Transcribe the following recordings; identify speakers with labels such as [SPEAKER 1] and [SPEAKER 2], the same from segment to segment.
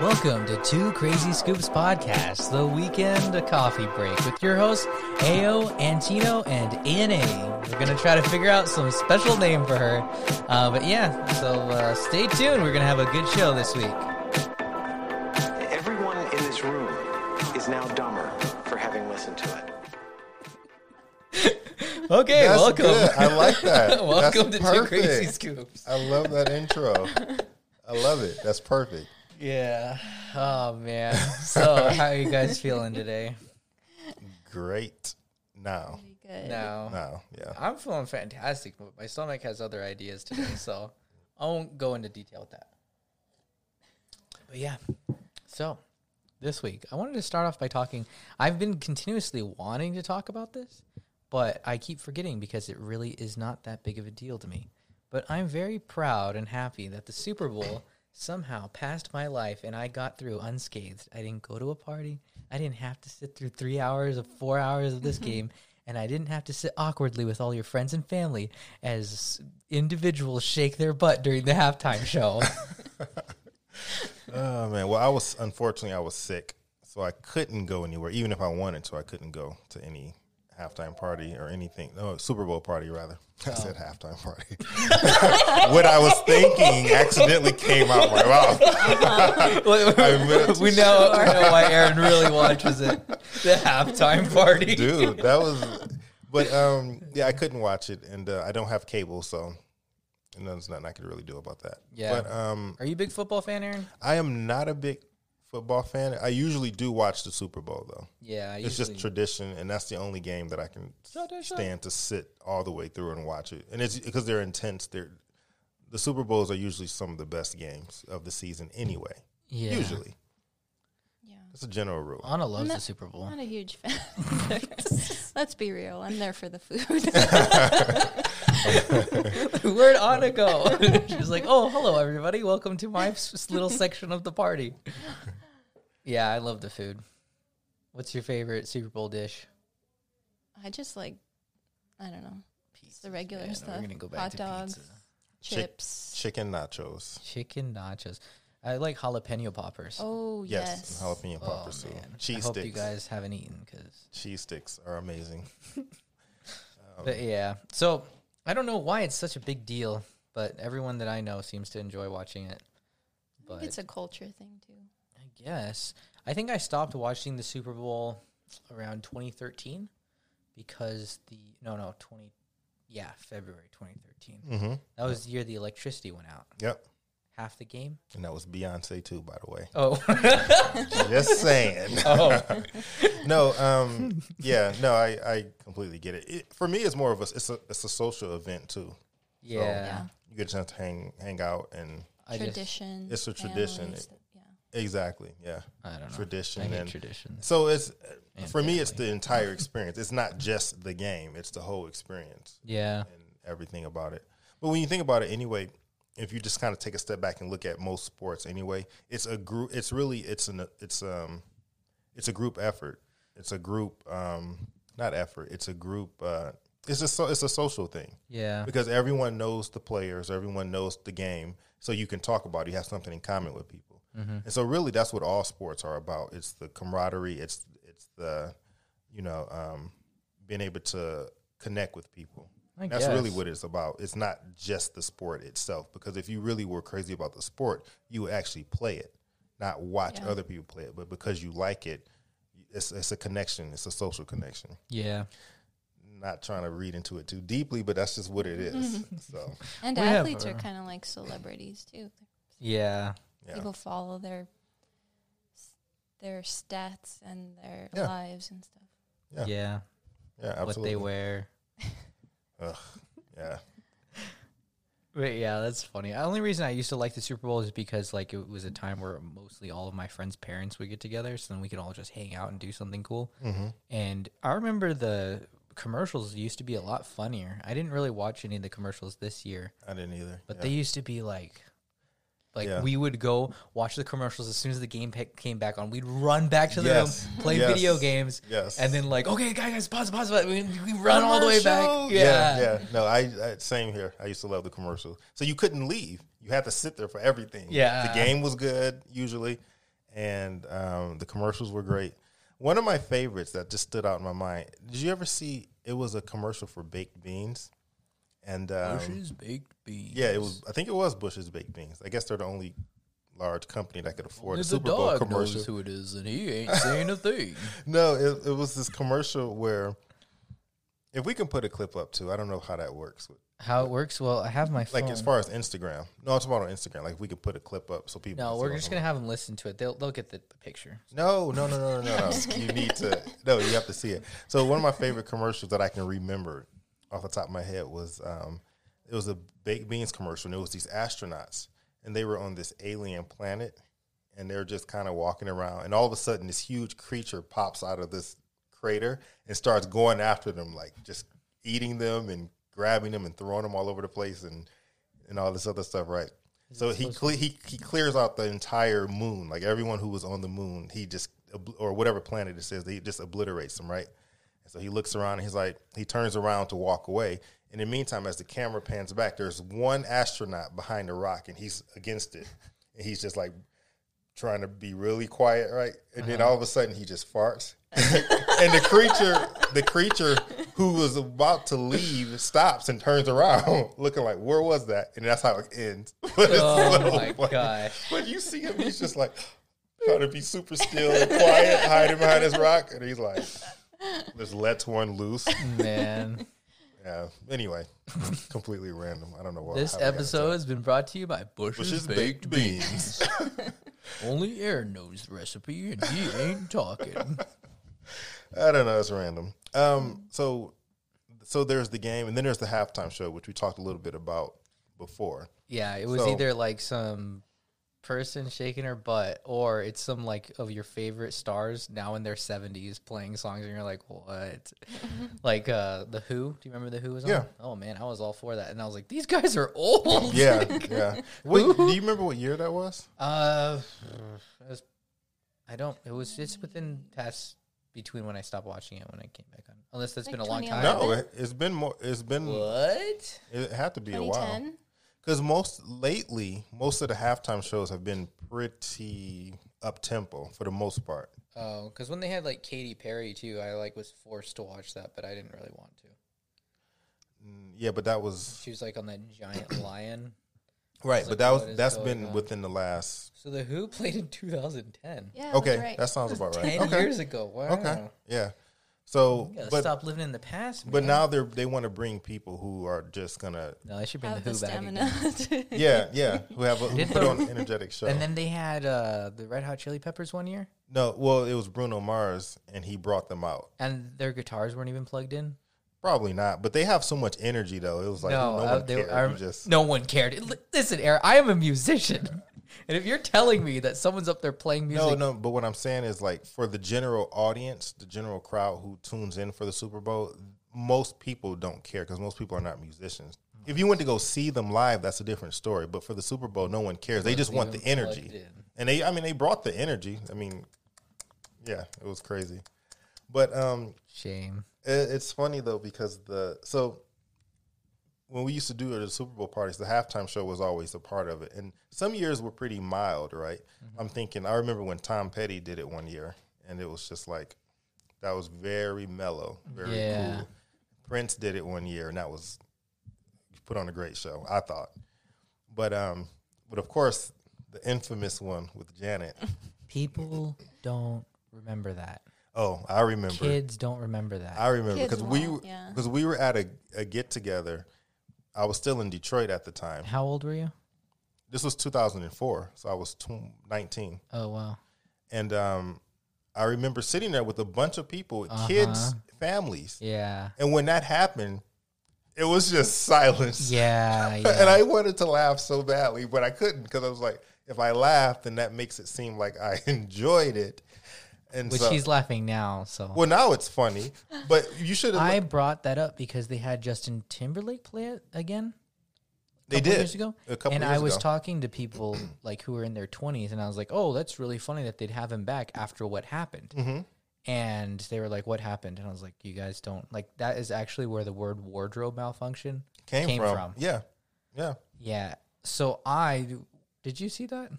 [SPEAKER 1] Welcome to Two Crazy Scoops Podcast, the weekend a coffee break with your hosts, Ao, Antino, and Anna. We're going to try to figure out some special name for her. Uh, but yeah, so uh, stay tuned. We're going to have a good show this week.
[SPEAKER 2] Everyone in this room is now dumber for having listened to it.
[SPEAKER 1] Okay,
[SPEAKER 3] That's
[SPEAKER 1] welcome.
[SPEAKER 3] good. I like that.
[SPEAKER 1] welcome
[SPEAKER 3] That's
[SPEAKER 1] to Two
[SPEAKER 3] perfect.
[SPEAKER 1] Crazy Scoops.
[SPEAKER 3] I love that intro. I love it. That's perfect.
[SPEAKER 1] Yeah. Oh, man. So, how are you guys feeling today?
[SPEAKER 3] Great. No.
[SPEAKER 4] Good.
[SPEAKER 1] No.
[SPEAKER 3] No. Yeah.
[SPEAKER 1] I'm feeling fantastic, but my stomach has other ideas today, so I won't go into detail with that. But yeah, so this week I wanted to start off by talking. I've been continuously wanting to talk about this, but I keep forgetting because it really is not that big of a deal to me. But I'm very proud and happy that the Super Bowl somehow passed my life and I got through unscathed. I didn't go to a party. I didn't have to sit through three hours or four hours of this game. And I didn't have to sit awkwardly with all your friends and family as individuals shake their butt during the halftime show.
[SPEAKER 3] Oh man. Well, I was unfortunately I was sick, so I couldn't go anywhere. Even if I wanted to, I couldn't go to any halftime party or anything. No, Super Bowl party rather. I said halftime party. what I was thinking accidentally came out my mouth. I meant to
[SPEAKER 1] we know, we know why Aaron really watches it. The halftime party.
[SPEAKER 3] dude that was but um yeah i couldn't watch it and uh, i don't have cable so and there's nothing i could really do about that
[SPEAKER 1] Yeah.
[SPEAKER 3] but um
[SPEAKER 1] Are you a big football fan, Aaron?
[SPEAKER 3] i am not a big football fan i usually do watch the super bowl though
[SPEAKER 1] Yeah, I
[SPEAKER 3] it's just tradition and that's the only game that i can
[SPEAKER 1] Tradition.
[SPEAKER 3] stand to sit all the way through and watch it and it's because they're intense they're the super bowls are usually some of the best games of the season anyway
[SPEAKER 1] yeah.
[SPEAKER 3] usually
[SPEAKER 4] Yeah.
[SPEAKER 3] that's a general rule
[SPEAKER 1] Anna loves
[SPEAKER 4] I'm
[SPEAKER 1] the Super Bowl.
[SPEAKER 4] Not a huge fan. Let's be real. I'm there for the food.
[SPEAKER 1] Where'd Anna go? She's like, oh, hello, everybody. Welcome to my s- s- little section of the party. Yeah, I love the food. What's your favorite Super Bowl dish?
[SPEAKER 4] I just like, I don't know,
[SPEAKER 1] Pizza.
[SPEAKER 4] the regular
[SPEAKER 1] man.
[SPEAKER 4] stuff.
[SPEAKER 1] We're gonna go back
[SPEAKER 4] Hot
[SPEAKER 1] to
[SPEAKER 4] dogs,
[SPEAKER 1] pizza.
[SPEAKER 3] Chick-
[SPEAKER 4] chips.
[SPEAKER 3] chicken nachos
[SPEAKER 1] Chicken nachos. I like jalapeno poppers.
[SPEAKER 4] Oh
[SPEAKER 3] yes,
[SPEAKER 4] yes.
[SPEAKER 3] and jalapeno
[SPEAKER 1] Oh,
[SPEAKER 3] poppers too.
[SPEAKER 1] man.
[SPEAKER 3] cheese
[SPEAKER 1] I hope
[SPEAKER 3] sticks
[SPEAKER 1] you guys haven't eaten because
[SPEAKER 3] cheese sticks are amazing.
[SPEAKER 1] But yeah, so I don't know why it's such a big deal, but everyone that I know seems to enjoy watching it.
[SPEAKER 4] I
[SPEAKER 1] But
[SPEAKER 4] think it's a culture thing too.
[SPEAKER 1] I guess I think I stopped watching the Super Bowl around 2013 because the no no 20 yeah February 2013
[SPEAKER 3] Mm-hmm.
[SPEAKER 1] that was the year the electricity went out
[SPEAKER 3] Yep.
[SPEAKER 1] half the game.
[SPEAKER 3] And that was Beyonce too, by the way.
[SPEAKER 1] Oh,
[SPEAKER 3] Just saying.
[SPEAKER 1] oh
[SPEAKER 3] no, um, yeah, no, I, I completely get it. it. For me, it's more of a it's a it's a social event too.
[SPEAKER 1] yeah.
[SPEAKER 4] Yeah.
[SPEAKER 3] You get a chance to hang hang out and
[SPEAKER 1] I just
[SPEAKER 4] tradition.
[SPEAKER 3] It's a tradition.
[SPEAKER 4] families, th- yeah.
[SPEAKER 3] exactly, yeah,
[SPEAKER 1] I don't know
[SPEAKER 3] tradition
[SPEAKER 1] I hate
[SPEAKER 3] and
[SPEAKER 1] traditions.
[SPEAKER 3] so it's for me. It's
[SPEAKER 1] family.
[SPEAKER 3] the entire experience. It's not just the game. It's the whole experience.
[SPEAKER 1] Yeah,
[SPEAKER 3] and everything about it. But when you think about it anyway, if you just kind of take a step back and look at most sports anyway, it's a group. It's really it's an it's um it's a group effort. It's a group um not effort. It's a group. Uh, it's a so, it's a social thing
[SPEAKER 1] yeah.
[SPEAKER 3] because everyone knows the players, everyone knows the game, so you can talk about it. You have something in common with people,
[SPEAKER 1] Mm-hmm.
[SPEAKER 3] and so really that's what all sports are about. It's the camaraderie. It's it's the you know um, being able to connect with people.
[SPEAKER 1] I
[SPEAKER 3] that's really
[SPEAKER 1] guess.
[SPEAKER 3] what it's about. It's not just the sport itself, because if you really were crazy about the sport, you would actually play it, not watch
[SPEAKER 4] Yeah.
[SPEAKER 3] other people play it. But because you like it, it's, it's a connection. It's a social connection
[SPEAKER 1] Yeah,
[SPEAKER 3] not trying to read into it too deeply, but that's just what it is. so
[SPEAKER 4] And
[SPEAKER 1] We have
[SPEAKER 4] athletes are
[SPEAKER 1] our-
[SPEAKER 4] kind of like celebrities too.
[SPEAKER 1] yeah,
[SPEAKER 3] yeah,
[SPEAKER 4] People follow their their stats and their
[SPEAKER 3] Yeah.
[SPEAKER 4] lives and stuff.
[SPEAKER 3] Yeah.
[SPEAKER 1] yeah.
[SPEAKER 3] yeah,
[SPEAKER 1] What they
[SPEAKER 3] absolutely.
[SPEAKER 1] wear.
[SPEAKER 3] yeah,
[SPEAKER 1] But yeah, that's funny. The only reason I used to like the Super Bowl is because like it was a time where mostly all of my friends' parents would get together, so then we could all just hang out and do something cool.
[SPEAKER 3] Mm-hmm.
[SPEAKER 1] And I remember the commercials used to be a lot funnier. I didn't really watch any of the commercials this year,
[SPEAKER 3] I didn't either.
[SPEAKER 1] but
[SPEAKER 3] yeah.
[SPEAKER 1] they used to be like. Like
[SPEAKER 3] Yeah.
[SPEAKER 1] we would go watch the commercials as soon as the game pa- came back on, we'd run back to the
[SPEAKER 3] Yes.
[SPEAKER 1] room, play
[SPEAKER 3] Yes.
[SPEAKER 1] video games,
[SPEAKER 3] Yes.
[SPEAKER 1] and then like, okay, guys, guys, pause, pause, pause. We, we run all the way back.
[SPEAKER 3] Commercial! yeah, yeah. No, I, I same here. I used to love the commercials, so you couldn't leave. You had to sit there for everything.
[SPEAKER 1] Yeah.
[SPEAKER 3] the game was good usually, and um, the commercials were great. One of my favorites that just stood out in my mind. Did you ever see? It was a commercial for baked beans, and um,
[SPEAKER 1] baked beans.
[SPEAKER 3] yeah, it was. I think it was Bush's baked beans. I guess they're the only large company that could afford
[SPEAKER 1] The
[SPEAKER 3] a Super Bowl
[SPEAKER 1] dog
[SPEAKER 3] commercial.
[SPEAKER 1] knows who it is, and he ain't saying a thing.
[SPEAKER 3] No, it, it was this commercial where, if we can put a clip up too, I don't know how that works.
[SPEAKER 1] How it works? Well, I have my phone.
[SPEAKER 3] Like as far as Instagram, no, I'm talking about on Instagram. Like we could put a clip up so people.
[SPEAKER 1] no,
[SPEAKER 3] can see
[SPEAKER 1] we're
[SPEAKER 3] what
[SPEAKER 1] just
[SPEAKER 3] I'm
[SPEAKER 1] gonna have them listen to it. They'll they'll get the, the picture.
[SPEAKER 3] No, no, no, no, no, no. no. you need to. No, you have to see it. So one of my favorite commercials that I can remember off the top of my head was um, it was a baked beans commercial, and it was these astronauts, and they were on this alien planet, and they're just kind of walking around, and all of a sudden, this huge creature pops out of this crater and starts going after them, like just eating them and grabbing them and throwing them all over the place, and and all this other stuff, right? So he cle- he he clears out the entire moon, like everyone who was on the moon. He just ob- or whatever planet it says, they just obliterates them, right? And so he looks around. And he's like, he turns around to walk away. In the meantime, as the camera pans back, there's one astronaut behind the rock, and he's against it, and he's just like trying to be really quiet, right? And then
[SPEAKER 1] Uh-huh.
[SPEAKER 3] all of a sudden, he just farts, and the creature, the creature who was about to leave, stops and turns around, looking like, "Where was that?" And that's how it ends. But it's
[SPEAKER 1] Oh
[SPEAKER 3] so
[SPEAKER 1] my
[SPEAKER 3] funny.
[SPEAKER 1] gosh!
[SPEAKER 3] When you see him, he's just like trying to be super still and quiet, hiding behind his rock, and he's like, "Just lets one loose."
[SPEAKER 1] Man,
[SPEAKER 3] Yeah. Anyway, completely random. I don't know why.
[SPEAKER 1] this
[SPEAKER 3] how we got into
[SPEAKER 1] episode has been brought to you by Bush's,
[SPEAKER 3] Bush's
[SPEAKER 1] Baked,
[SPEAKER 3] Baked
[SPEAKER 1] Beans. Only Aaron knows the recipe, and he ain't talking.
[SPEAKER 3] I don't know. It's random. Um, so, so there's the game, and then there's the halftime show, which we talked a little bit about before.
[SPEAKER 1] Yeah, it was
[SPEAKER 3] So-
[SPEAKER 1] either like some person shaking her butt, or it's some like of your favorite stars now in their seventies playing songs, and you're like, what? like uh, the Who? Do you remember the Who was on?
[SPEAKER 3] Yeah.
[SPEAKER 1] Oh man, I was all for that, and I was like, these guys are old.
[SPEAKER 3] Yeah, yeah. Wait, do you remember what year that was?
[SPEAKER 1] Uh, it was, I don't. It was it's within past between when I stopped watching it when I came back on. Unless that's
[SPEAKER 4] Like
[SPEAKER 1] been a long time.
[SPEAKER 4] 2011?
[SPEAKER 3] No, it, it's been more. It's been.
[SPEAKER 1] What?
[SPEAKER 3] It had to be a while.
[SPEAKER 4] 2010.
[SPEAKER 3] Because most lately, most of the halftime shows have been pretty up tempo for the most part.
[SPEAKER 1] Oh, because when they had like Katy Perry too, I like was forced to watch that, but I didn't really want to.
[SPEAKER 3] Yeah, but that was
[SPEAKER 1] She was like on that giant lion.
[SPEAKER 3] right.
[SPEAKER 1] like,
[SPEAKER 3] But that
[SPEAKER 1] what
[SPEAKER 3] was
[SPEAKER 1] is
[SPEAKER 3] that's
[SPEAKER 1] going
[SPEAKER 3] been
[SPEAKER 1] on?
[SPEAKER 3] within the last.
[SPEAKER 1] So the Who played in 2010.
[SPEAKER 4] Yeah. that's
[SPEAKER 3] Okay,
[SPEAKER 4] right.
[SPEAKER 3] that sounds about right.
[SPEAKER 1] Ten
[SPEAKER 3] Okay,
[SPEAKER 1] years ago. Wow.
[SPEAKER 3] okay, yeah. So,
[SPEAKER 1] You gotta
[SPEAKER 3] but
[SPEAKER 1] stop living in the past.
[SPEAKER 3] But
[SPEAKER 1] man.
[SPEAKER 3] now they're they want to bring people who are just gonna
[SPEAKER 1] no, they should bring
[SPEAKER 4] Have
[SPEAKER 1] the Who
[SPEAKER 4] the
[SPEAKER 1] back. Again.
[SPEAKER 4] stamina. to-
[SPEAKER 3] yeah yeah who have a, who
[SPEAKER 1] Did
[SPEAKER 3] put
[SPEAKER 1] the-
[SPEAKER 3] on an energetic show.
[SPEAKER 1] And then they had uh, the Red Hot Chili Peppers one year,
[SPEAKER 3] no, well it was Bruno Mars and he brought them out.
[SPEAKER 1] and their guitars weren't even plugged in.
[SPEAKER 3] Probably not, but they have so much energy though. It was like
[SPEAKER 1] no,
[SPEAKER 3] no,
[SPEAKER 1] uh,
[SPEAKER 3] one
[SPEAKER 1] they-
[SPEAKER 3] cared.
[SPEAKER 1] I
[SPEAKER 3] You
[SPEAKER 1] rem-
[SPEAKER 3] just
[SPEAKER 1] no one cared. Li- Listen, Aaron, I am a musician, and if you're telling me that someone's up there playing music,
[SPEAKER 3] no no. But what I'm saying is like for the general audience, the general crowd who tunes in for the Super Bowl, most people don't care because most people are not musicians.
[SPEAKER 1] Mm-hmm.
[SPEAKER 3] If you went to go see them live, that's a different story. But for the Super Bowl, no one cares. They just want the
[SPEAKER 1] even plugged
[SPEAKER 3] energy.
[SPEAKER 1] in.
[SPEAKER 3] And they, I mean, they brought the energy. I mean, yeah, it was crazy. But um,
[SPEAKER 1] shame.
[SPEAKER 3] it, it's funny though because the so when we used to do the Super Bowl parties, the halftime show was always a part of it. And some years were pretty mild, right? I'm thinking. I remember when Tom Petty did it one year, and it was just like that was very mellow, very
[SPEAKER 1] Yeah.
[SPEAKER 3] cool. Prince did it one year, and that was put on a great show, I thought. But um, but of course, the infamous one with Janet.
[SPEAKER 1] People don't remember that.
[SPEAKER 3] Oh, I remember.
[SPEAKER 1] Kids don't remember that.
[SPEAKER 3] I remember
[SPEAKER 4] Kids
[SPEAKER 3] because we
[SPEAKER 4] won't, yeah.
[SPEAKER 3] because we were at a, a get together. I was still in Detroit at the time.
[SPEAKER 1] How old were you?
[SPEAKER 3] This was 2004, so I was tw- 19,
[SPEAKER 1] Oh wow.
[SPEAKER 3] and um, I remember sitting there with a bunch of people,
[SPEAKER 1] Uh-huh.
[SPEAKER 3] kids, families,
[SPEAKER 1] Yeah.
[SPEAKER 3] and when that happened, it was just silence.
[SPEAKER 1] Yeah.
[SPEAKER 3] and
[SPEAKER 1] yeah.
[SPEAKER 3] I wanted to laugh so badly, but I couldn't because I was like, if I laugh, then that makes it seem like I enjoyed it. And
[SPEAKER 1] Which
[SPEAKER 3] so,
[SPEAKER 1] he's laughing now. So
[SPEAKER 3] well, now it's funny, but you should have.
[SPEAKER 1] I brought that up because they had Justin Timberlake play it again.
[SPEAKER 3] They
[SPEAKER 1] couple
[SPEAKER 3] did
[SPEAKER 1] years ago.
[SPEAKER 3] a couple
[SPEAKER 1] and
[SPEAKER 3] years
[SPEAKER 1] I was
[SPEAKER 3] ago.
[SPEAKER 1] talking to people like who were in their 20s, and I was like, "Oh, that's really funny that they'd have him back after what happened."
[SPEAKER 3] Mm-hmm.
[SPEAKER 1] And they were like, "What happened?" And I was like, "You guys don't like that." Is actually where the word wardrobe malfunction
[SPEAKER 3] came, from. Yeah, yeah.
[SPEAKER 1] Yeah. So I did you see that?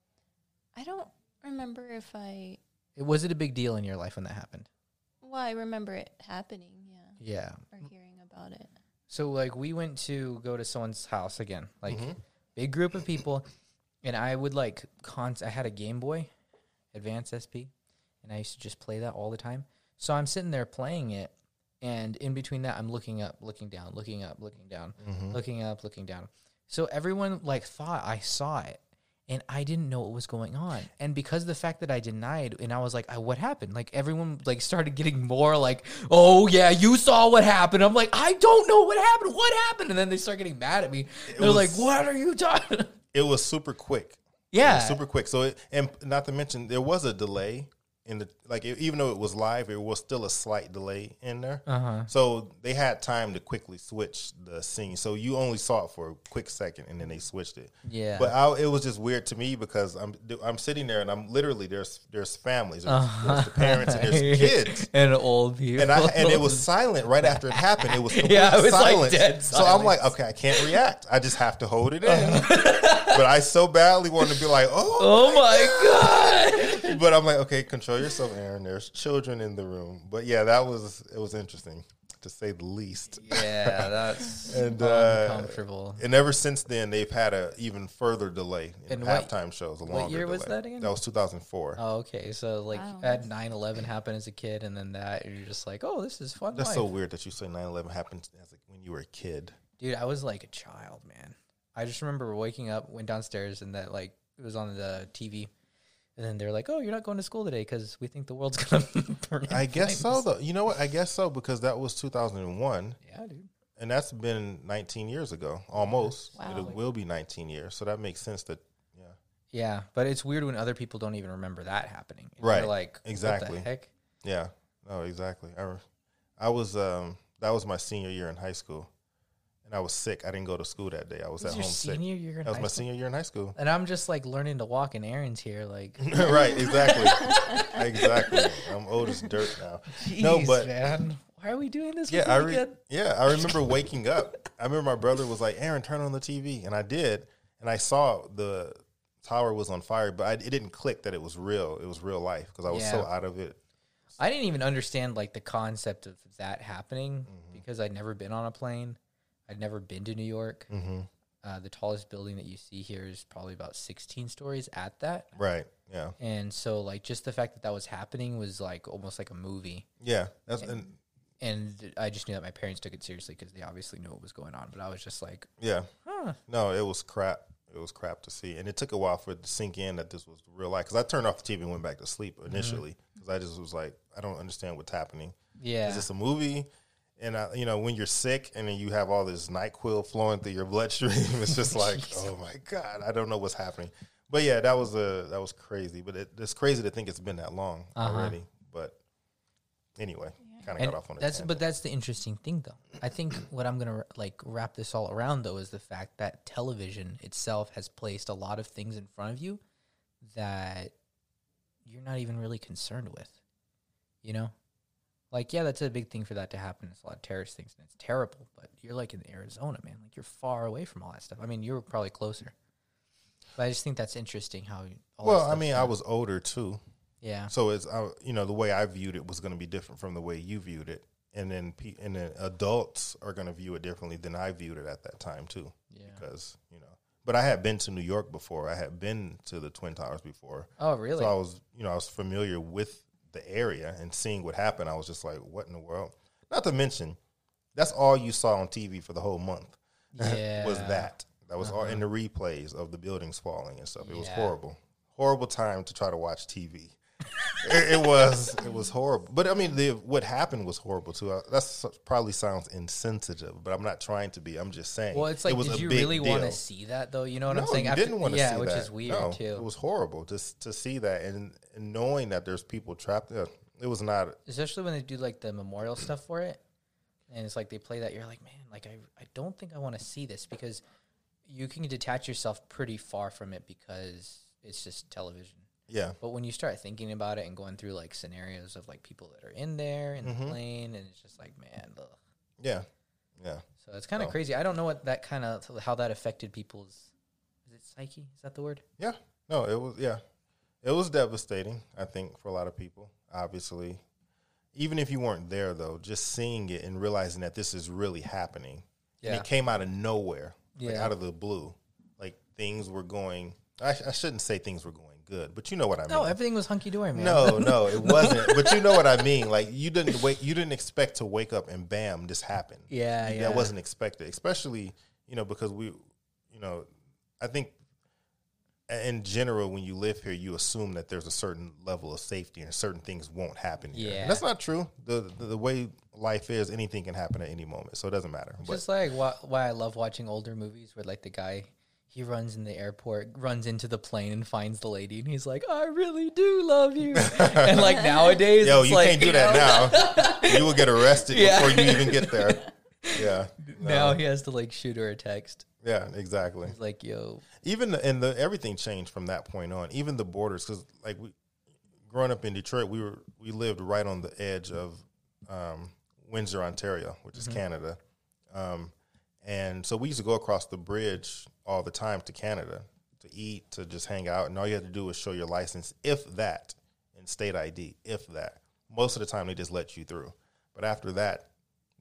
[SPEAKER 4] I don't remember if I.
[SPEAKER 1] It- Was it a big deal in your life when that happened?
[SPEAKER 4] Well, I remember it happening, yeah,
[SPEAKER 1] Yeah.
[SPEAKER 4] or hearing about it.
[SPEAKER 1] So like we went to go to someone's house again, like
[SPEAKER 3] Mm-hmm.
[SPEAKER 1] big group of people, and I would like const- I had a Game Boy Advance SP, and I used to just play that all the time. So I'm sitting there playing it, and in between that, I'm looking up, looking down, looking up, looking down,
[SPEAKER 3] Mm-hmm.
[SPEAKER 1] looking up, looking down. So everyone like thought I saw it, and I didn't know what was going on. And because of the fact that I denied, and I was like, I, "What happened?" Like everyone like started getting more like, "Oh yeah, you saw what happened." I'm like, "I don't know what happened. What happened?" And then they start getting mad at me. They're like,
[SPEAKER 3] was-
[SPEAKER 1] "What are you talking?"
[SPEAKER 3] It was super quick. It
[SPEAKER 1] yeah,
[SPEAKER 3] was super quick. So, it, and not to mention, there was a delay in the like. It, even though it was live, it was still a slight delay in there. So they had time to quickly switch the scene. So you only saw it for a quick second, and then they switched it.
[SPEAKER 1] Yeah.
[SPEAKER 3] But I, it was just weird to me because I'm I'm sitting there and I'm literally there's there's families, there's, there's the parents, and there's kids.
[SPEAKER 1] and old people.
[SPEAKER 3] And I and it was silent right after it happened. It was complete
[SPEAKER 1] it was like
[SPEAKER 3] silence.
[SPEAKER 1] dead
[SPEAKER 3] so I'm like, okay, I can't react. I just have to hold it in. but I so badly wanted to be like, oh,
[SPEAKER 1] Uh-huh. Oh my god!
[SPEAKER 3] but I'm like, okay, control yourself, Aaron. There's children in the room. But yeah, that was it was interesting to say the least.
[SPEAKER 1] yeah, that's
[SPEAKER 3] And, uh,
[SPEAKER 1] uncomfortable.
[SPEAKER 3] And ever since then, they've had a even further delay in
[SPEAKER 1] And what-
[SPEAKER 3] halftime shows. A longer
[SPEAKER 1] year was
[SPEAKER 3] delay.
[SPEAKER 1] that again?
[SPEAKER 3] That was 2004.
[SPEAKER 1] Oh, okay. So like
[SPEAKER 4] Wow,
[SPEAKER 1] had
[SPEAKER 4] that's-
[SPEAKER 1] 9/11 happen as a kid, and then that you're just like, oh, this is fun.
[SPEAKER 3] That's
[SPEAKER 1] life.
[SPEAKER 3] so weird that you say 9/11 happened as like when you were a kid.
[SPEAKER 1] Dude, I was like a child, man. I just remember waking up, went downstairs, and that like it was on the TV, and then they're like, oh, you're not going to school today because we think the world's gonna burn. in
[SPEAKER 3] I guess so,
[SPEAKER 1] flames."
[SPEAKER 3] though. You know what? I guess so because that was 2001,
[SPEAKER 1] Yeah, dude.
[SPEAKER 3] and that's been 19 years ago almost.
[SPEAKER 4] Wow.
[SPEAKER 3] It will be 19 years, so that makes sense. That yeah,
[SPEAKER 1] Yeah, but it's weird when other people don't even remember that happening. And
[SPEAKER 3] Right.
[SPEAKER 1] You're like, What
[SPEAKER 3] Exactly.
[SPEAKER 1] the heck?
[SPEAKER 3] yeah. No, exactly. I, re- I was um that was my senior year in high school, and I was sick. I didn't go to school that day. I was
[SPEAKER 1] This
[SPEAKER 3] at
[SPEAKER 1] is your
[SPEAKER 3] home sick.
[SPEAKER 1] senior year in
[SPEAKER 3] That was
[SPEAKER 1] high
[SPEAKER 3] my
[SPEAKER 1] school?
[SPEAKER 3] senior year in high school.
[SPEAKER 1] And I'm just like learning to walk, and Aaron's here. Like,
[SPEAKER 3] right, exactly. exactly. I'm old as dirt now. no,
[SPEAKER 1] "Jeez,
[SPEAKER 3] but
[SPEAKER 1] man, why are we doing this?
[SPEAKER 3] yeah,
[SPEAKER 1] with
[SPEAKER 3] I
[SPEAKER 1] you
[SPEAKER 3] re-
[SPEAKER 1] again?"
[SPEAKER 3] yeah, I remember waking up. I remember my brother was like, "Aaron, turn on the TV," and I did, and I saw the tower was on fire, but I, it didn't click that it was real. It was real life because I was so
[SPEAKER 1] Yeah.
[SPEAKER 3] out of it.
[SPEAKER 1] I didn't even understand like the concept of that happening
[SPEAKER 3] Mm-hmm.
[SPEAKER 1] because I'd never been on a plane. I'd never been to New York.
[SPEAKER 3] Mm-hmm.
[SPEAKER 1] Uh, the tallest building that you see here is probably about 16 stories at that.
[SPEAKER 3] Right. Yeah.
[SPEAKER 1] And so, like, just the fact that that was happening was like almost like a movie.
[SPEAKER 3] Yeah. That's and,
[SPEAKER 1] And I just knew that my parents took it seriously because they obviously knew what was going on. But I was just like,
[SPEAKER 3] yeah.
[SPEAKER 1] huh.
[SPEAKER 3] No, it was crap. It was crap to see, and it took a while for it to sink in that this was real life. Because I turned off the TV and went back to sleep initially
[SPEAKER 1] Mm-hmm.
[SPEAKER 3] because I just was like, I don't understand what's happening.
[SPEAKER 1] Yeah.
[SPEAKER 3] Is this a movie? And I, you know, when you're sick and then you have all this Nyquil flowing through your bloodstream, it's just like, oh my god, I don't know what's happening. But yeah, that was a that was crazy. But it, it's crazy to think it's been that long already. But anyway, kind of
[SPEAKER 1] Uh-huh. And
[SPEAKER 3] got off on a
[SPEAKER 1] that's
[SPEAKER 3] tangent.
[SPEAKER 1] but that's the interesting thing though i think what i'm gonna like wrap this all around though is the fact that television itself has placed a lot of things in front of you that you're not even really concerned with you know like yeah that's a big thing for that to happen it's a lot of terrorist things and it's terrible but you're like in arizona man like you're far away from all that stuff i mean you're probably closer but i just think that's interesting how all that
[SPEAKER 3] well, I
[SPEAKER 1] stuff-
[SPEAKER 3] mean, I was older too.
[SPEAKER 1] yeah
[SPEAKER 3] So it's I, you know the way I viewed it was going to be different from the way you viewed it, and then pe- and then adults are going to view it differently than I viewed it at that time too.
[SPEAKER 1] Yeah.
[SPEAKER 3] Because you know, but I had been to New York before. I had been to the Twin Towers before.
[SPEAKER 1] oh really
[SPEAKER 3] So I was you know I was familiar with the area and seeing what happened. I was just like, what in the world? Not to mention, that's all you saw on TV for the whole month. was
[SPEAKER 1] Yeah. Uh-huh.
[SPEAKER 3] that that was all in the replays of the buildings falling and stuff. It was
[SPEAKER 1] Yeah.
[SPEAKER 3] horrible, horrible time to try to watch TV. it, it was it was horrible. But I mean, the, what happened was horrible too. Uh, That's probably sounds insensitive, but I'm not trying to be. I'm just saying.
[SPEAKER 1] Well, it's like,
[SPEAKER 3] it was
[SPEAKER 1] did
[SPEAKER 3] a
[SPEAKER 1] you
[SPEAKER 3] big
[SPEAKER 1] really want to
[SPEAKER 3] deal.
[SPEAKER 1] see that though? You know what
[SPEAKER 3] No,
[SPEAKER 1] I'm saying?
[SPEAKER 3] you
[SPEAKER 1] After-
[SPEAKER 3] didn't want to
[SPEAKER 1] yeah,
[SPEAKER 3] see
[SPEAKER 1] which
[SPEAKER 3] that.
[SPEAKER 1] is weird
[SPEAKER 3] No,
[SPEAKER 1] too.
[SPEAKER 3] It was horrible just to see that and, and knowing that there's people trapped. there. It was not.
[SPEAKER 1] Especially when they do like the memorial stuff for it, and it's like they play that. You're like, man, like I, I don't think I want to see this because you can detach yourself pretty far from it because it's just television.
[SPEAKER 3] Yeah,
[SPEAKER 1] But when you start thinking about it and going through like scenarios of like people that are in there in
[SPEAKER 3] Mm-hmm.
[SPEAKER 1] the plane, and it's just like, man, ugh.
[SPEAKER 3] yeah, yeah.
[SPEAKER 1] so it's kind of crazy. I don't know what that kind of how that affected people's. Is it psyche? Is that the word?
[SPEAKER 3] Yeah. No, it was yeah. It was devastating, I think, for a lot of people, obviously. Even if you weren't there, though, just seeing it and realizing that this is really happening. And
[SPEAKER 1] Yeah.
[SPEAKER 3] it came out of nowhere, like
[SPEAKER 1] Yeah.
[SPEAKER 3] out of the blue. Like things were going, I, sh- I shouldn't say things were going good, but you know what I
[SPEAKER 1] No,
[SPEAKER 3] mean.
[SPEAKER 1] everything was hunky dory, man.
[SPEAKER 3] No, no, it wasn't. But you know what I mean. Like you didn't wait. You didn't expect to wake up and bam, this happened.
[SPEAKER 1] Yeah, yeah.
[SPEAKER 3] That wasn't expected, especially you know because we, you know, I think a- in general when you live here, you assume that there's a certain level of safety and certain things won't happen. Here.
[SPEAKER 1] Yeah.
[SPEAKER 3] and that's not true. The, the the way life is, anything can happen at any moment, so it doesn't matter. But
[SPEAKER 1] Just like why, why I love watching older movies where like the guy he runs in the airport, runs into the plane and finds the lady, and he's like, "I really do love you." and like nowadays,
[SPEAKER 3] yo,
[SPEAKER 1] it's
[SPEAKER 3] you
[SPEAKER 1] like,
[SPEAKER 3] can't do that now. you will get arrested
[SPEAKER 1] Yeah.
[SPEAKER 3] before you even get there. Yeah. Uh-huh.
[SPEAKER 1] Now he has to like shoot her a text.
[SPEAKER 3] Yeah. Exactly.
[SPEAKER 1] He's like, "Yo,
[SPEAKER 3] even the, and the everything changed from that point on. Even the borders, because like we, growing up in Detroit, we were we lived right on the edge of um, Windsor, Ontario, which is Canada, um, and so we used to go across the bridge all the time to Canada to eat, to just hang out, and all you had to do was show your license, if that, and state ID, if that. Most of the time, they just let you through, but after that,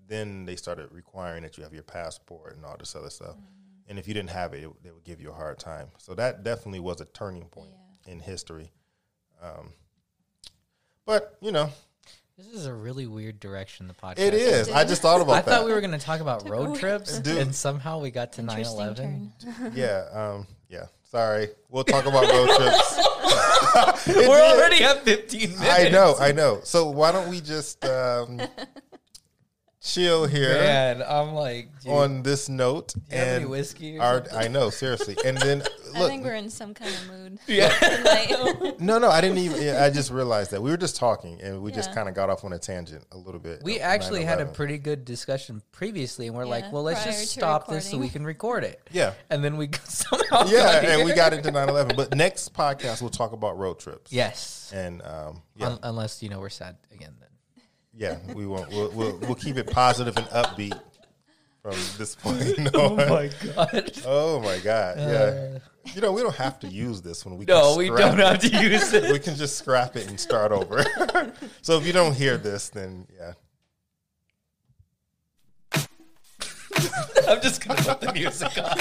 [SPEAKER 3] then they started requiring that you have your passport and all this other stuff. And if you didn't have it, it, they would give you a hard time. So that definitely was a turning point in history. Um, but you know,
[SPEAKER 1] this is a really weird direction the podcast."
[SPEAKER 3] it
[SPEAKER 1] is.
[SPEAKER 3] is. I just thought about
[SPEAKER 1] I
[SPEAKER 3] that.
[SPEAKER 1] thought we were going to talk about road
[SPEAKER 4] a-
[SPEAKER 1] trips,
[SPEAKER 3] Dude.
[SPEAKER 1] and somehow we got to 9
[SPEAKER 4] Interesting
[SPEAKER 1] 11.
[SPEAKER 4] turn.
[SPEAKER 3] yeah, um, yeah. Sorry, we'll talk about road trips. It
[SPEAKER 1] We're
[SPEAKER 3] did.
[SPEAKER 1] already at 15 minutes.
[SPEAKER 3] I know, I know. So why don't we just um, chill here?
[SPEAKER 1] Man, I'm like, dude,
[SPEAKER 3] On this note,
[SPEAKER 1] you have
[SPEAKER 3] and
[SPEAKER 1] any whiskey or
[SPEAKER 3] our, I know seriously, and then
[SPEAKER 4] I
[SPEAKER 3] look,
[SPEAKER 4] think we're in some kind of mood
[SPEAKER 1] yeah.
[SPEAKER 4] tonight.
[SPEAKER 3] No, no, I didn't even. yeah, I just realized that we were just talking, and we just
[SPEAKER 4] Yeah.
[SPEAKER 3] kind of got off on a tangent a little bit.
[SPEAKER 1] We
[SPEAKER 3] of
[SPEAKER 1] actually had a
[SPEAKER 3] 9/11.
[SPEAKER 1] pretty good discussion previously, and we're like,
[SPEAKER 4] Yeah,
[SPEAKER 1] well, let's
[SPEAKER 4] prior
[SPEAKER 1] just
[SPEAKER 4] to
[SPEAKER 1] stop this so we
[SPEAKER 4] recording.
[SPEAKER 1] can record it.
[SPEAKER 3] Yeah.
[SPEAKER 1] And then we somehow.
[SPEAKER 3] yeah,
[SPEAKER 1] got
[SPEAKER 3] and we
[SPEAKER 1] here.
[SPEAKER 3] got into 9-11. But next podcast, we'll talk about road trips.
[SPEAKER 1] Yes.
[SPEAKER 3] and um, yeah,
[SPEAKER 1] Un- unless, you know, we're sad again then.
[SPEAKER 3] yeah, we won't. We'll, we'll we'll keep it positive and upbeat from this point. on.
[SPEAKER 1] Oh God. Uh,
[SPEAKER 3] Oh my god! Yeah, you know we don't have to use this one. We
[SPEAKER 1] No,
[SPEAKER 3] can
[SPEAKER 1] we
[SPEAKER 3] scrap
[SPEAKER 1] don't
[SPEAKER 3] it.
[SPEAKER 1] have to use it.
[SPEAKER 3] We can just scrap it and start over. so if you don't hear this, then yeah,
[SPEAKER 1] I'm just gonna put the music on.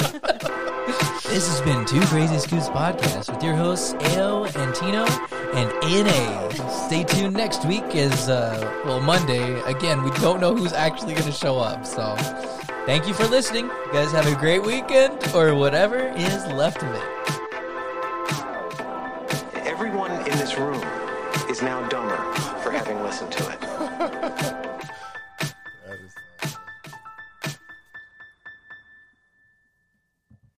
[SPEAKER 1] this has been Two Crazy Scoots Podcast with your hosts Ao and Tino and Na. Stay tuned next week is uh, well Monday. Again, we don't know who's actually gonna show up, so thank you for listening. You guys have a great weekend or whatever is left of it.
[SPEAKER 2] Everyone in this room is now dumber for having listened to it.